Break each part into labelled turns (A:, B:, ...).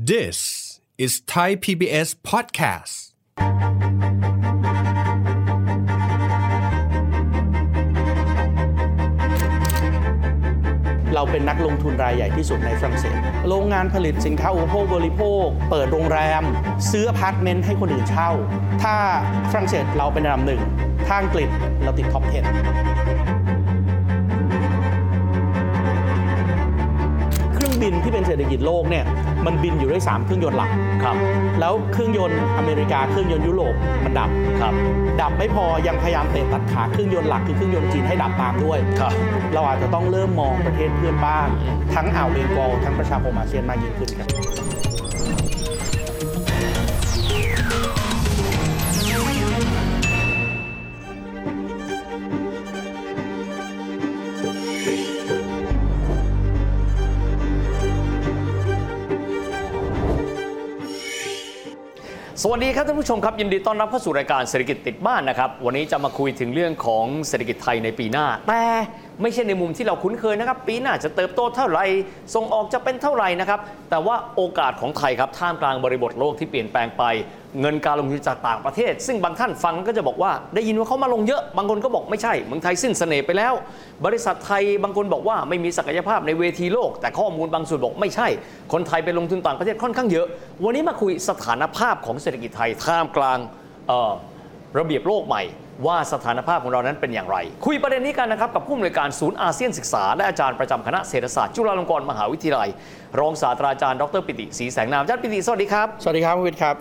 A: This is Thai PBS podcast.
B: เราเป็นนักลงทุนรายใหญ่ที่สุดในฝรั่งเศส โรงงานผลิตสินค้าอุปโภคบริโภค เปิดโรงแรม ซื้ออพาร์ตเมนต์ให้คนอื่นเช่า ถ้าฝรั่งเศสเราเป็นอันดับหนึ่งถ้าอังกฤษเราติดท็อป 10เครื่องบินที่เป็นเศรษฐกิจโลกเนี่ยมันบินอยู่ด้วย 3 เครื่องยนต์หลักครับ แล้วเครื่องยนต์อเมริกาเครื่องยนต์ยุโรปมันดับครับ ดับไม่พอยังพยายามเตะตัดขาเครื่องยนต์หลักคือเครื่องยนต์จีนให้ดับตามด้วยครับ เราอาจจะต้องเริ่มมองประเทศเพื่อนบ้านทั้งอ่าวเบงกอลทั้งประชาคมอาเซียนมากยิ่งขึ้นครับ
C: สวัสดีครับท่านผู้ชมครับยินดีต้อนรับเข้าสู่รายการเศรษฐกิจติดบ้านนะครับ วันนี้จะมาคุยถึงเรื่องของเศรษฐกิจไทยในปีหน้า แต่ไม่ใช่ในมุมที่เราคุ้นเคยนะครับ ปีหน้าจะเติบโตเท่าไหร่ส่งออกจะเป็นเท่าไหร่นะครับ แต่ว่าโอกาสของไทยครับท่ามกลางบริบทโลกที่เปลี่ยนแปลงไป เงินการลงทุนจากต่างประเทศ ซึ่งบางท่านฟังก็จะบอกว่าได้ยินว่าเขามาลงเยอะ บางคนก็บอกไม่ใช่เมืองไทยสิ้นเสน่ห์ไปแล้ว บริษัทไทยบางคนบอกว่าไม่มีศักยภาพในเวทีโลก แต่ข้อมูลบางส่วนบอกไม่ใช่ คนไทยไปลงทุนต่างประเทศค่อนข้างเยอะ วันนี้มาคุยสถานภาพของเศรษฐกิจไทยท่ามกลางเอ่อระเบียบโลกใหม่ ว่าสถานภาพของเรานั้นเป็นอย่างไร คุยประเด็นนี้กันนะครับกับผู้อำนวยการศูนย์อาเซียนศึกษา และอาจารย์ประจำคณะเศรษฐศาสตร์จุฬาลงกรณ์มหาวิทยาลัย รองศาสตราจารย์ดรปิติศรีแสงนามอาจารย์ปิติสวัสดีครับ
B: สวัสดีครับคุณวิทย์ครับ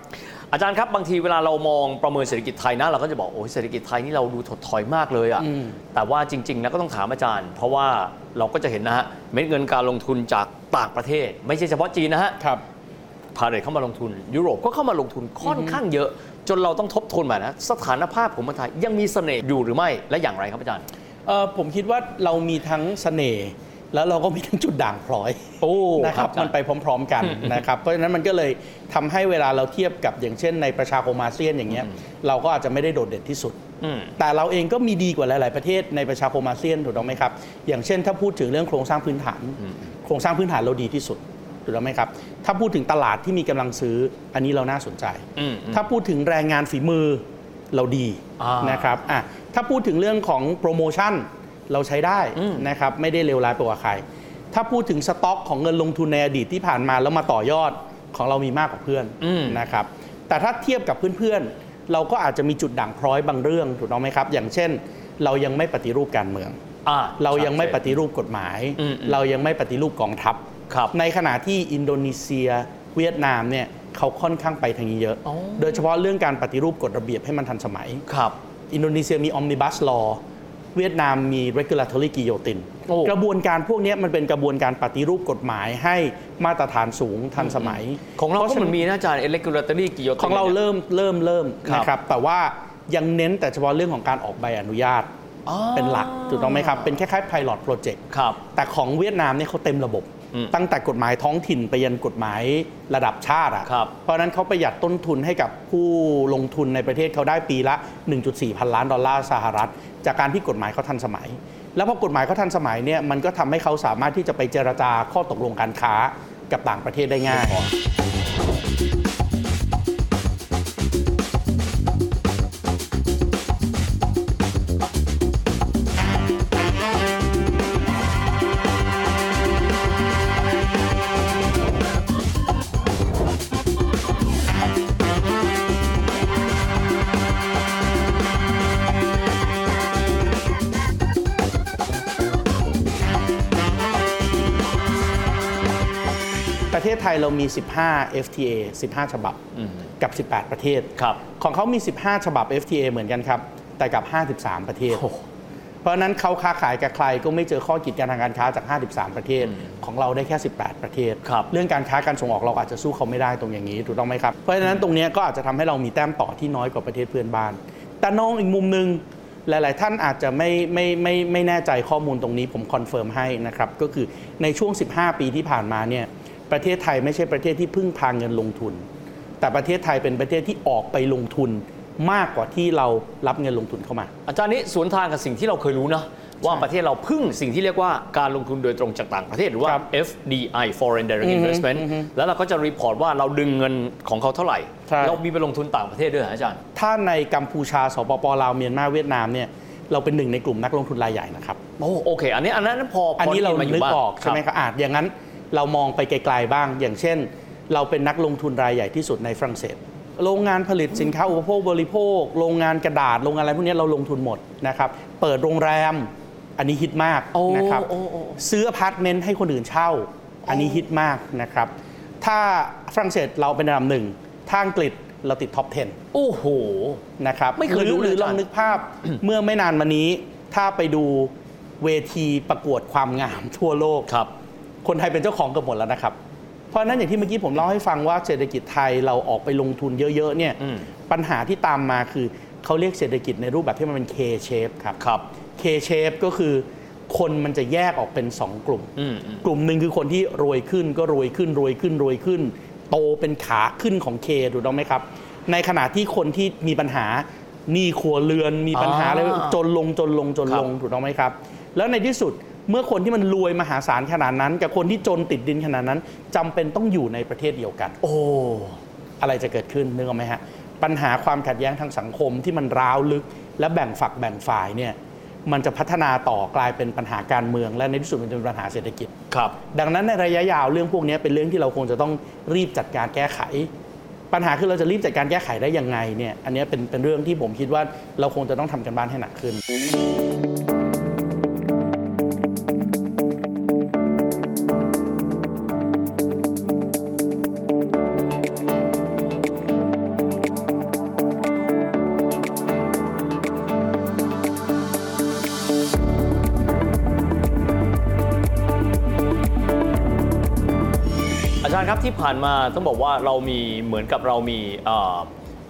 C: อาจารย์ครับ บางทีเวลาเรามองประเมินเศรษฐกิจไทยนะเราก็จะบอกโอ้ยเศรษฐกิจไทยนี่เราดูถดถอยมากเลยอะ่ะ
B: อืม
C: แต่ว่าจริงๆนะก็ต้องถามอาจารย์ เพราะว่าเราก็จะเห็นนะฮะเม็ดเงินการลงทุนจากต่างประเทศ ไม่ใช่เฉพาะจีนนะฮะ
B: ครับ
C: พาเลทเข้ามาลงทุน ยุโรปก็เข้ามาลงทุนค่อนข้างเยอะ จนเราต้องทบทวนมานะสถานภาพของเมืองไทยยังมีเสน่ห์อยู่หรือไม่และอย่างไรครับอาจารย์
B: เอ่อผมคิดว่าเรามีทั้งเสน่ห์แล้วเราก็มีทั้งจุดด่างพลอย
C: โอ้
B: นะครับ
C: ครับ
B: มันไปพร้อม ๆ กันนะครับเพราะฉะนั้นมันก็เลยทำให้เวลาเราเทียบกับอย่างเช่น ในประชาคมอาเซียนอย่างเงี้ยเราก็อาจจะไม่ได้โดดเด่นที่สุด
C: อืม
B: แต่เราเองก็มีดีกว่าหลาย ๆ ประเทศในประชาคมอาเซียนถูกต้องไหมครับ อย่างเช่น ถ้าพูดถึงเรื่องโครงสร้างพื้นฐาน โครงสร้างพื้นฐานเราดีที่สุดถูกต้องไหมครับ ถ้าพูดถึงตลาดที่มีกำลังซื้ออันนี้เราน่าสนใจ
C: อืมอืม
B: ถ้าพูดถึงแรงงานฝีมือเราดี
C: อ่าน
B: นะครับอ่ะถ้าพูดถึงเรื่องของโปรโมชั่นเราใช้ได้
C: อืม
B: นะครับไม่ได้เลวร้ายไปกว่าใคร ถ้าพูดถึงสต็อกของเงินลงทุนในอดีตที่ผ่านมาแล้วมาต่อยอดของเรามีมากกว่าเพื่อน
C: อืม
B: นะครับแต่ถ้าเทียบกับเพื่อนๆ เราก็อาจจะมีจุดด่างพร้อยบางเรื่องถูกต้องไหมครับ อย่างเช่น เรายังไม่ปฏิรูปการเมือง
C: อ่า
B: เรายังไม่ปฏิรูปกฎหมาย
C: อืมอืม
B: เรายังไม่ปฏิรูปกองทัพ
C: ครับ
B: ในขณะที่อินโดนีเซีย เวียดนามเนี่ยเขาค่อนข้างไปทางนี้เยอะ
C: อ๋อ
B: โดยเฉพาะเรื่องการปฏิรูปกฎระเบียบให้มันทันสมัย
C: ครับ
B: อินโดนีเซียมี omnibus law เวียดนามมี regulatory guillotine
C: โอ้
B: กระบวนการพวกเนี้ยมันเป็นกระบวนการปฏิรูปกฎหมายให้มาตรฐานสูงทันสมัย
C: ของเรา
B: พะ
C: ก็
B: ฉะ
C: มันมีนะอาจารย์ regulatory guillotine
B: ของเรา
C: นี่ย
B: เริ่มเริ่มเริ่ม
C: ครับ
B: นะครับ แต่ว่ายังเน้นแต่เฉพาะเรื่องของการออกใบอนุญาต
C: อ๋อ
B: เป็นหลักถูกต้องไหมครับ เป็นคล้ายๆ pilot project
C: ครับ
B: แต่ของเวียดนามเนี่ยเขาเต็มระบบ
C: อืม
B: ตั้งแต่กฎหมายท้องถิ่นไปยันกฎหมายระดับชาติอะ
C: ครับ
B: เพราะฉะนั้นเขาประหยัดต้นทุนให้กับผู้ลงทุนในประเทศเขาได้ปีละ 1.4 พันล้านดอลลาร์สหรัฐ จากการที่กฎหมายเขาทันสมัย แล้วพอกฎหมายเขาทันสมัยเนี่ยมันก็ทำให้เขาสามารถที่จะไปเจรจาข้อตกลงการค้ากับต่างประเทศได้ง่าย ประเทศไทยเรามี 15 FTA 15 ฉบับกับ 18 ประเทศ
C: ครับ
B: ของเขามี 15 ฉบับ FTA เหมือนกันครับ แต่กับ 53 ประเทศ
C: โอ้โห
B: เพราะฉะนั้นเขาค้าขายกับใครก็ไม่เจอข้อกีดกันทางการค้าจาก 53 ประเทศ ของเราได้แค่ 18 ประเทศ
C: ครับ
B: เรื่องการค้าการส่งออกเราอาจจะสู้เขาไม่ได้ตรงอย่างนี้ถูกต้องไหมครับ เพราะฉะนั้นตรงเนี้ยก็อาจจะทำให้เรามีแต้มต่อที่น้อยกว่าประเทศเพื่อนบ้าน แต่น้องอีกมุมหนึ่งหลาย ๆ ท่านอาจจะไม่ไม่ไม่ไม่แน่ใจข้อมูลตรงนี้ผมคอนเฟิร์มให้นะครับ ก็คือในช่วง 15 ปีที่ผ่านมาเนี่ยประเทศไทยไม่ใช่ประเทศที่พึ่งพาเงินลงทุน แต่ประเทศไทยเป็นประเทศที่ออกไปลงทุนมากกว่าที่เรารับเงินลงทุนเข้ามา
C: อาจารย์นี้สวนทางกับสิ่งที่เราเคยรู้นะ ว่าประเทศเราพึ่งสิ่งที่เรียกว่าการลงทุนโดยตรงจากต่างประเทศหรือว่า
B: ครับ
C: FDI Foreign Direct Investment แล้วเราก็จะรีพอร์ตว่าเราดึงเงินของเขาเท่าไหร่
B: ใช่
C: เรามีไปลงทุนต่างประเทศด้วยเหรออาจารย์
B: ถ้าในกัมพูชาสปปลาวเมียนมาเวียดนามเนี่ยเราเป็นหนึ่งในกลุ่มนักลงทุนรายใหญ่นะครับ
C: โอ้โอเค อันนี้อันนั้นพอพ
B: อันนี้เรา
C: ได้ยิมายู่
B: นึก
C: บ้าง
B: ออกใช่ไหมครับอาจอย่างนั้นเรามองไปไกลๆบ้าง อย่างเช่น เราเป็นนักลงทุนรายใหญ่ที่สุดในฝรั่งเศส โรงงานผลิตสินค้าอุปโภคบริโภค โรงงานกระดาษ โรงงานอะไรพวกนี้เราลงทุนหมดนะครับ เปิดโรงแรม อันนี้ฮิตมาก
C: โอ้
B: นะครับ
C: โอ้โอ้โอ้
B: ซื้ออพาร์ตเมนต์ให้คนอื่นเช่า อันนี้ฮิตมากนะครับ ถ้าฝรั่งเศสเราเป็นอันดับหนึ่งถ้าอังกฤษเราติดท็อป 10
C: โอ้โห
B: นะครับ
C: ไม่เคย
B: ห
C: รู้
B: อ
C: เลย
B: หรือล
C: อาจารย์
B: องนึกภา พ เมื่อไม่นานมานี้ ถ้าไปดูเวทีประกวดความงามทั่วโลก
C: ครับ
B: คนไทยเป็นเจ้าของเกือบหมดแล้วนะครับ เพราะฉะนั้นอย่างที่เมื่อกี้ผมเล่าให้ฟังว่าเศรษฐกิจไทยเราออกไปลงทุนเยอะๆเนี่ย
C: อืม
B: ปัญหาที่ตามมาคือเขาเรียกเศรษฐกิจในรูปแบบที่มันเป็น K shape ครับ
C: ครับ
B: K shape ก็คือคนมันจะแยกออกเป็นสองกลุ่ม
C: อืมอืม
B: กลุ่มหนึ่งคือคนที่รวยขึ้นก็รวยขึ้นรวยขึ้นรวยขึ้น โตเป็นขาขึ้นของเคถูกต้องไหมครับ ในขณะที่คนที่มีปัญหาหนี้ครัวเรือนมีปัญหาอะไรจนลงจนลงจนลงถูกต้องไหมครับ แล้วในที่สุดเมื่อคนที่มันรวยมหาศาลขนาดนั้น กับคนที่จนติดดินขนาดนั้นจำเป็นต้องอยู่ในประเทศเดียวกัน
C: โอ้
B: อะไรจะเกิดขึ้นนึกออกไหมฮะ ปัญหาความขัดแย้งทางสังคมที่มันร้าวลึก และแบ่งฝักแบ่งฝ่ายเนี่ยมันจะพัฒนาต่อกลายเป็นปัญหาการเมือง และในที่สุดมันจะเป็นปัญหาเศรษฐกิจ
C: ครับ
B: ดังนั้นในระยะยาวเรื่องพวกนี้เป็นเรื่องที่เราคงจะต้องรีบจัดการแก้ไข ปัญหาคือเราจะรีบจัดการแก้ไขได้ยังไงเนี่ยอันเนี้ยเป็นเป็นเรื่องที่ผมคิดว่าเราคงจะต้องทำกันบ้านให้หนักขึ้น
C: อาจารย์ครับที่ผ่านมาต้องบอกว่าเรามีเหมือนกับเรามี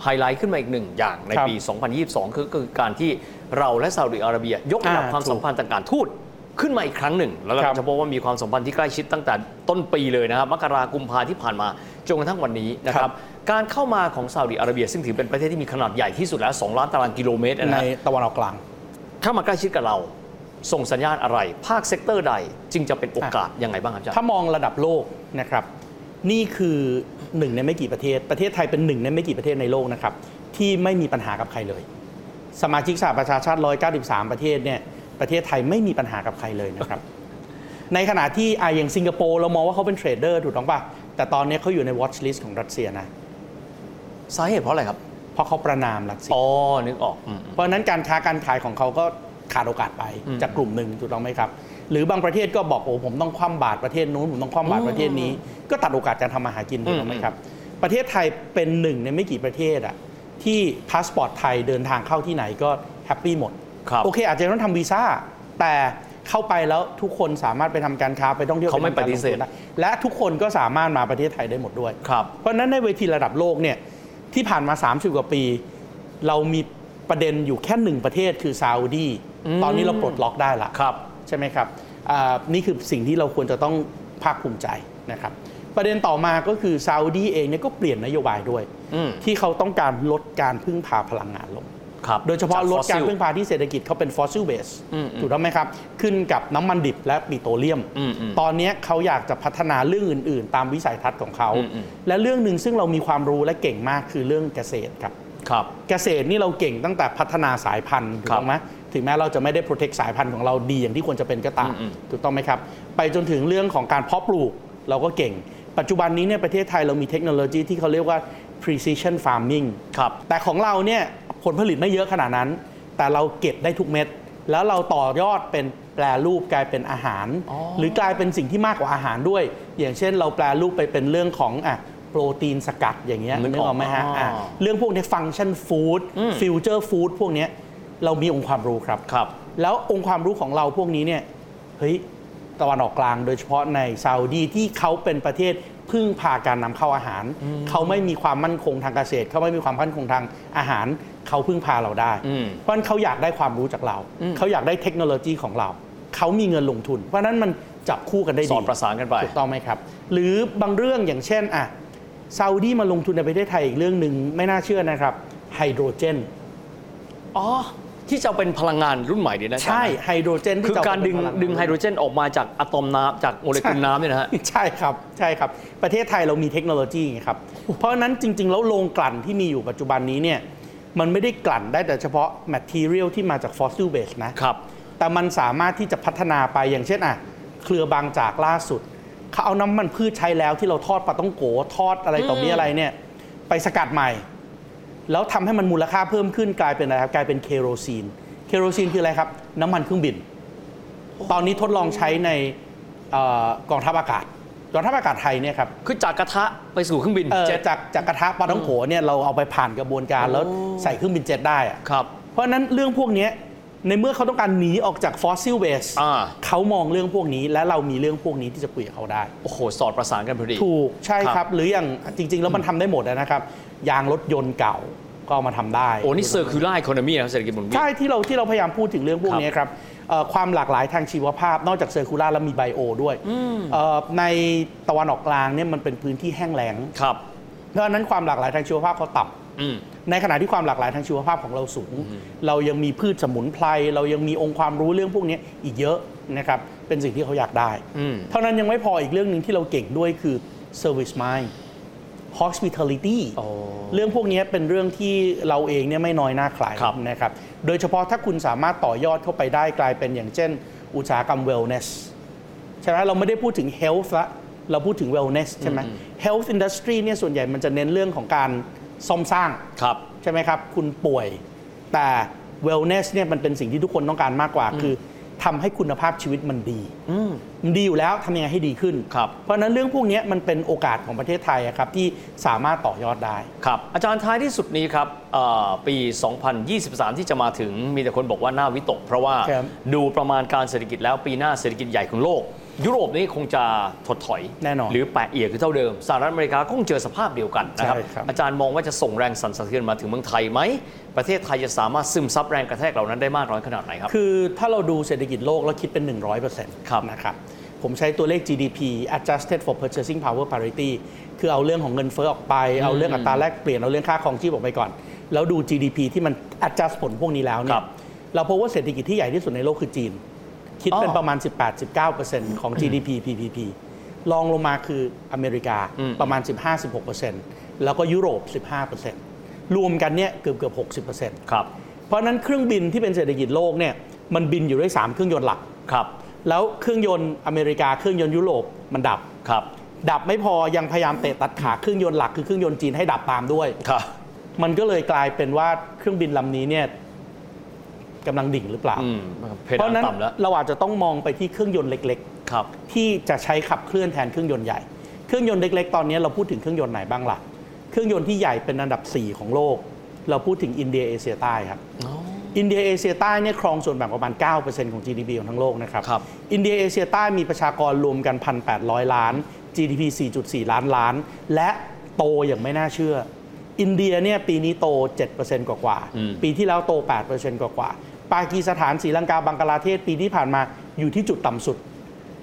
C: ไฮไลท์ขึ้นมาอีกหนึ่งอย่างใน
B: ครับ
C: ปี 2022 คือคือการที่เราและซาอุดิอาระเบีย ยกระดับ
B: อ่า
C: ความสัมพันธ์ทางการทูตขึ้นมาอีกครั้งหนึ่ง แล้วเรา
B: ครั
C: ก็
B: บ
C: จะพบว่ามีความสัมพันธ์ที่ใกล้ชิดตั้งแต่ต้นปีเลยนะครับมกรากุมภาที่ผ่านมาจนกระทั่งวันนี้นะครับการเข้ามาของซาอุดิอาระเบีย ซึ่งถือเป็นประเทศที่มีขนาดใหญ่ที่สุดแล้ว 2 ล้านตารางกิโลเมตรนะ
B: ใน
C: ฮะ
B: ตะวันออกกลาง
C: ถ้ามาใกล้ชิดกับเรา ส่งสัญญาณอะไร ภาคเซกเตอร์ใดจึงจะเป็นโอกาสยังไงบ้างครับอาจารย์
B: ถ้ามองระดับโลกนะครับ นี่คือหนึ่งในไม่กี่ประเทศ ประเทศไทยเป็นหนึ่งในไม่กี่ประเทศในโลกนะครับ ที่ไม่มีปัญหากับใครเลย สมาชิกสหประชาชาติ 193 ประเทศเนี่ยประเทศไทยไม่มีปัญหากับใครเลยนะครับ ในขณะที่อะอย่างสิงคโปร์เรามองว่าเขาเป็นเทรดเดอร์ถูกต้องปะแต่ตอนนี้เขาอยู่ใน watch list ของรัสเซียนะ
C: สาเหตุเพราะอะไรครับ
B: เพราะเขาประนามรัสเซีย
C: อ๋อ นึกออกอืม
B: เพราะฉะนั้นการค้าการขายของเขาก็ขาดโอกาสไป
C: อืม
B: จากกลุ่มหนึ่งถูกต้องไหมครับ หรือบางประเทศก็บอกโอ้ผมต้องคว่ำบาตรประเทศนู้นผมต้องคว่ำบาตรประเทศนี้ ก็ตัดโอกาสการทำมาหากินถูกต้องไหมครับ ประเทศไทยเป็นหนึ่งในไม่กี่ประเทศอะที่พาสปอร์ตไทยเดินทางเข้าที่ไหนก็แฮปปี้หมด
C: ครับ
B: โอเค อาจจะต้องทำวีซ่าแต่เข้าไปแล้วทุกคนสามารถไปทำการค้าไปท่องเที่ยว
C: เขาไม่
B: ทำกร
C: ปฏิเส
B: ล
C: ธ
B: งทุนได้และทุกคนก็สามารถมาประเทศไทยได้หมดด้วย
C: ๆครับ
B: เพราะฉะนั้นในเวทีระดับโลกเนี่ยที่ผ่านมา 30 กว่าปี เรามีประเด็นอยู่แค่หนึ่งประเทศคือซาอุดี
C: อืม
B: ตอนนี้เราปลดล็อกได้ละ
C: ครับ
B: ใช่ไหมครับอ่านี่คือสิ่งที่เราควรจะต้องภาคภูมิใจนะครับ ประเด็นต่อมาก็คือซาอุดีเองเนี่ยก็เปลี่ยนนโยบายด้วย
C: อืม
B: ที่เขาต้องการลดการพึ่งพาพลังงานลง
C: ครับ
B: โดยเฉพาะลดการพึ่ง
C: จ
B: พาที่เศรษฐกิจเขาเป็นฟอสซิลเบส
C: อืมอืม
B: ถูกต้องไหมครับ ขึ้นกับน้ำมันดิบและปิโตรเลียม
C: อืมอืม
B: ตอนเนี้ยเขาอยากจะพัฒนาเรื่องอื่น ๆ ตามวิสัยทัศน์ของเขา
C: อืมอืม
B: และเรื่องหนึ่งซึ่งเรามีความรู้และเก่งมากคือเรื่องเกษตรครับ
C: fossil ครับ
B: เกษตรนี่เราเก่งตั้งแต่พัฒนาสายพันธุ์ถูกต้องไหมถึงแม้เราจะไม่ได้โปรเทคสายพันธุ์ของเราดีอย่างที่ควรจะเป็นก็ตาม
C: อืมอืม
B: ถูกต้องไหมครับ ไปจนถึงเรื่องของการเพาะปลูกเราก็เก่ง ปัจจุบันนี้เนี่ยประเทศไทยเรามีเทคโนโลยีที่เขาเรียกว่า precision farming
C: ครับ
B: แต่ของเราเนี่ยผลผลิตไม่เยอะขนาดนั้น แต่เราเก็บได้ทุกเม็ด แล้วเราต่อยอดเป็นแปรรูปกลายเป็นอาหาร
C: อ๋อ
B: หรือกลายเป็นสิ่งที่มากกว่าอาหารด้วย อย่างเช่นเราแปรรูปไปเป็นเรื่องของอ่ะโปรตีนสกัดอย่างเงี้ย
C: นึก
B: นึกออกไหมฮะ
C: ออก
B: อ่ะเรื่องพวกเนี้ฟังชันฟู้ดฟิวเจอร์ฟู้ดพวกเนี้ยเรามีองค์ความรู้ครับ
C: ครับ
B: แล้วองค์ความรู้ของเราพวกนี้เนี่ยเฮ้ยตะวันออกกลางโดยเฉพาะในซาอุดีที่เขาเป็นประเทศพึ่งพาการนำเข้าอาหาร เขาไม่มีความมั่นคงทางเกษตร เขาไม่มีความมั่นคงทางอาหาร เขาพึ่งพาเราได้
C: อืม
B: เพราะฉะนั้นเขาอยากได้ความรู้จากเรา เขาอยากได้เทคโนโลยีของเรา เขามีเงินลงทุน เพราะฉะนั้นมันจับคู่กันได้
C: ส
B: ดี
C: อดประสานกันไป
B: ถูกต้องไหมครับ หรือบางเรื่องอย่างเช่นอ่ะซาอุดีมาลงทุนในประเทศไทยอีกเรื่องหนึ่งไม่น่าเชื่อนะครับไฮโดรเจน
C: อ๋อ ที่จะเอาเป็นพลังงานรุ่นใหม่ดีนะอาจารย์
B: ใช่
C: นะ
B: ไฮโดรเจนที่
C: คือ
B: จะ
C: การดึง
B: เอมเป็นพลั
C: ดึงไฮโดรเจนออกมาจากอะตอมน้ำจากโมเลกุลน้ำเนี่ยนะฮะ
B: ใช่ครับใช่ครับ ประเทศไทยเรามีเทคโนโลยีไงครับ เพราะฉะนั้นจริง ๆ แล้วโรงกลั่นที่มีอยู่ปัจจุบันนี้เนี่ยมันไม่ได้กลั่นได้แต่เฉพาะ material ที่มาจาก fossil base นะ
C: ครับ
B: แต่มันสามารถที่จะพัฒนาไปอย่างเช่นอ่ะเครือบางจากล่าสุด เขาเอาน้ำมันพืชใช้แล้วที่เราทอดปลาต้องโกทอดอะไรต่อมีอะไรเนี่ย ไปสกัดใหม่ แล้วทำให้มันมูลค่าเพิ่มขึ้นกลายเป็นอะไรครับกลายเป็นเคโรซีน เคโรซีนคืออะไรครับ น้ำมันเครื่องบิน ตอนนี้ทดลองใช้ในเอ่อกองทัพอากาศกองทัพอากาศไทยเนี่ยครับ
C: คือจากกระทะไปสู่เครื่องบิน
B: เอ่อ
C: เจ็ต
B: จากจากกระทะปลาต้องโขเนี่ยเราเอาไปผ่านกระบวนการแล้ว
C: โอ้
B: ใส่เครื่องบินเจ็ตได้อะ
C: ครับ
B: เพราะฉะนั้นเรื่องพวกเนี้ยในเมื่อเขาต้องการหนีออกจากฟอสซิลเบส
C: อ่า
B: เขามองเรื่องพวกนี้และเรามีเรื่องพวกนี้ที่จะคุยกับเขาได้
C: โอ้โห สอดประสานกันพอดี
B: ถูกใช่
C: ค
B: ค
C: รั
B: รับ บ หรืออย่างจริง ๆ แล้วมันทำได้หมดนะครับ ยางรถยนต์เก่าก็เอามาทำได้
C: โอ้นี่เซอร์คิวไลอีโคโนมีนะครับเศรษฐกิจหมุนเวียน
B: ใช่ที่เราที่เราพยายามพูดถึงเรื่องพวกนี้ครับเอ่อความหลากหลายทางชีวภาพ นอกจากเซอร์คูลาแล้วมีไบโอด้วยเอ่อในตะวันออกกลางเนี่ยมันเป็นพื้นที่แห้งแล้ง
C: ครับ
B: เพราะฉะนั้นความหลากหลายทางชีวภาพเขาต่ำ
C: อืม
B: ในขณะที่ความหลากหลายทางชีวภาพของเราสูง เรายังมีพืชสมุนไพร เรายังมีองค์ความรู้เรื่องพวกนี้อีกเยอะนะครับ เป็นสิ่งที่เขาอยากได้
C: อืม
B: เท่านั้นยังไม่พออีกเรื่องหนึ่งที่เราเก่งด้วยคือ service mind hospitality
C: โอ้
B: เรื่องพวกนี้เป็นเรื่องที่เราเองเนี่ยไม่น้อยหน้าใคร
C: ครับ
B: นะครับ โดยเฉพาะถ้าคุณสามารถต่อยอดเข้าไปได้กลายเป็นอย่างเช่น อุตสาหกรรม wellness ใช่ไหมเราไม่ได้พูดถึง health ละเราพูดถึง wellness ใช่ไหม health industry เนี่ยส่วนใหญ่มันจะเน้นเรื่องของการซ่อมสร้าง
C: ครับ
B: ใช่ไหมครับ คุณป่วยแต่ wellness เนี่ยมันเป็นสิ่งที่ทุกคนต้องการมากกว่า คือทำให้คุณภาพชีวิตมันดีมันดีอยู่แล้วทำยังไงให้ดีขึ้น
C: ครับ
B: เพราะฉะนั้นเรื่องพวกเนี้ยมันเป็นโอกาสของประเทศไทยอะครับ ที่สามารถต่อยอดได้
C: ครับ อาจารย์ท้ายที่สุดนี้ครับเอ่อปี 2023 ที่จะมาถึงมีแต่คนบอกว่าหน้าวิตก เพราะว่า
B: ครับ
C: ดูประมาณการเศรษฐกิจแล้วปีหน้าเศรษฐกิจใหญ่ของโลก ยุโรปนี่คงจะถดถอย
B: แน่นอน
C: หรือแปะเอียดคือเท่าเดิมสหรัฐอเมริกาก็คงเจอสภาพเดียวกันนะครับ
B: ใช่ครับ
C: อาจารย์มองว่าจะส่งแรงสั่นสะเทือนมาถึงเมืองไทยไหม ประเทศไทยจะสามารถซึมซับแรงกระแทกเหล่านั้นได้มากน้อยขนาดไหนครับ
B: คือถ้าเราดูเศรษฐกิจโลกแล้วคิดเป็น 100%
C: ครับ
B: นะครับ ผมใช้ตัวเลข GDP adjusted for purchasing power parity คือเอาเรื่องของเงินเฟ้อออกไป เอาเรื่องอัตราแลกเปลี่ยน เอาเรื่องค่าครองชีพออกไปก่อน แล้วดู GDP ที่มัน adjust ผลพวกนี้แล้วเนี่
C: ครั
B: ย
C: บ
B: เราพบว่าเศรษฐกิจที่ใหญ่ที่สุดในโลกคือจีน คิดเป็น
C: อ๋อ
B: ประมาณ 18-19%ของ GDP PPP รองลงมาคืออเมริกา
C: อืม
B: ประมาณ 15-16%แล้วก็ยุโรป 15%รวมกันเนี่ยเกือบเกือบๆ60%
C: ครับ
B: เพราะฉะนั้นเครื่องบินที่เป็นเศรษฐกิจโลกเนี่ยมันบินอยู่ด้วย 3 เครื่องยนต์หลัก
C: ครับ
B: แล้วเครื่องยนต์อเมริกาเครื่องยนต์ยุโรปมันดับ
C: ครับ
B: ดับไม่พอยังพยายามเตะตัดขาเครื่องยนต์หลักคือเครื่องยนต์จีนให้ดับตามด้วย
C: ครับ
B: มันก็เลยกลายเป็นว่าเครื่องบินลำนี้เนี่ยกำลังดิ่งหรือเปล่า
C: อืมเพ
B: เพ
C: ดา
B: ราะฉะ
C: น
B: นั้น
C: ต่ำแล้ว
B: เราอาจจะต้องมองไปที่เครื่องยนต์เล็ก
C: ครับ
B: ๆ ที่จะใช้ขับเคลื่อนแทนเครื่องยนต์ใหญ่ เครื่องยนต์เล็ก ๆ ตอนนี้เราพูดถึงเครื่องยนต์ไหนบ้างล่ะเครื่องยนต์ที่ใหญ่เป็นอันดับสี่ของโลก เราพูดถึงอินเดียเอเชียใต้ครับ อินเดียเอเชียใต้เนี่ยครองส่วนแบ่งประมาณ 9%ของ GDP ของทั้งโลกนะครับ
C: ครับ
B: อินเดียเอเชียใต้มีประชากรรวมกัน 1,800 ล้าน GDP 4.4 ล้านล้าน และโตอย่างไม่น่าเชื่อ อินเดียเนี่ยปีนี้โต 7%กว่ากว่าๆ
C: อืม
B: ปีที่แล้วโต 8%กว่ากว่าๆปากีสถานศรีลังกาบังกลาเทศปีที่ผ่านมาอยู่ที่จุดต่ำสุด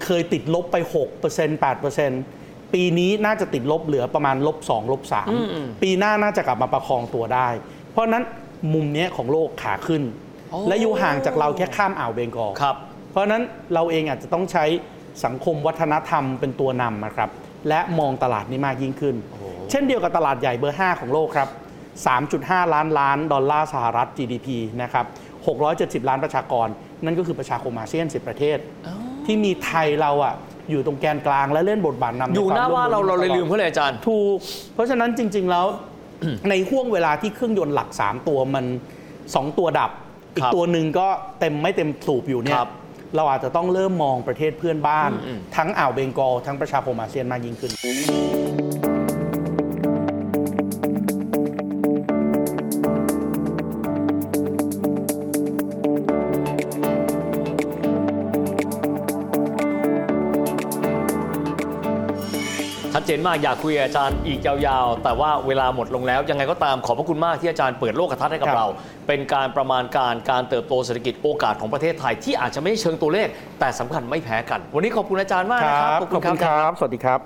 B: เคยติดลบไป 6% 8%ปีนี้น่าจะติดลบเหลือประมาณลบ2ลบ3ปีหน้าน่าจะกลับมาประคองตัวได้ เพราะฉะนั้นมุมเนี้ยของโลกขาขึ้น
C: โอ้
B: และอยู่ห่างจากเราแค่ข้ามอ่าวเบงกอล
C: ครับ
B: เพราะฉะนั้นเราเองอาจจะต้องใช้สังคมวัฒนธรรมเป็นตัวนำนะครับ และมองตลาดนี้มากยิ่งขึ้น เช่นเดียวกับตลาดใหญ่เบอร์ 5 ของโลกครับ 3.5 ล้านล้านดอลลาร์สหรัฐ GDP นะครับ 670 ล้านประชากร นั่นก็คือประชาคมอาเซียน 10 ประเทศ ที่มีไทยเราอะอยู่ตรงแกนกลางและเล่นบทบาทนำ
C: อยู่หน้าว่าเราเราเลยลืม
B: เขา
C: เขาเลยอาจารย์
B: ถูกเพราะฉะนั้นจริง ๆ แล้ว ในห่วงเวลาที่เครื่องยนต์หลัก 3 ตัวมัน 2 ตัวดับ อี
C: ค
B: ก
C: รับ
B: ตัวหนึ่งก็เต็มไม่เต็มสูบอยู่เนี่
C: ค
B: ย
C: รับ
B: เราอาจจะต้องเริ่มมองประเทศเพื่อนบ้าน ทั้งอ่าวเบงกอล ทั้งประชาคมอาเซียนมากยิ่งขึ้น
C: ชัดเจนมากอยากคุยกับอาจารย์อีกยาวๆ แต่ว่าเวลาหมดลงแล้ว ยังไงก็ตามขอบพระคุณมากที่อาจารย์เปิดโลกทัศน์ให้กั
B: ครับบ
C: เรา เป็นการประมาณการการเติบโตเศรษฐกิจโอกาสของประเทศไทยที่อาจจะไม่ได้เชิงตัวเลข แต่สำคัญไม่แพ้กัน วันนี้ขอบคุณอาจารย์มากนะครับ
B: ับ สวัสดีครับ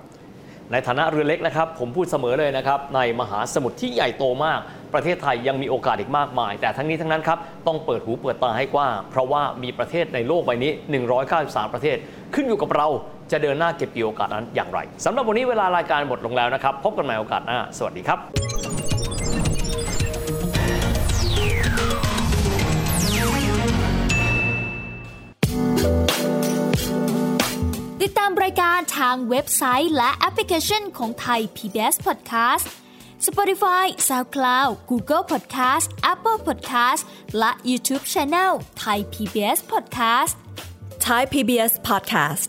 C: ในฐานะเรือเล็กนะครับ ผมพูดเสมอเลยนะครับ ในมหาสมุทรที่ใหญ่โตมาก ประเทศไทยยังมีโอกาสอีกมากมาย แต่ทั้งนี้ทั้งนั้นครับต้องเปิดหูเปิดตาให้กว้างเพราะว่ามีประเทศในโลกใบนี้ 193 ประเทศ ขึ้นอยู่กับเราจะเดินหน้าเก็บเกี่ยวโอกาสนั้นอย่างไรสำหรับวันนี้เวลารายการหมดลงแล้วนะครับพบกันใหม่โอกาสหน้าสวัสดีครับ
D: ติดตามรายการทางเว็บไซต์และแอปพลิเคชันของไทย PBS Podcast Spotify SoundCloud Google Podcast Apple Podcast และ YouTube Channel Thai PBS Podcast
E: Thai PBS podcast.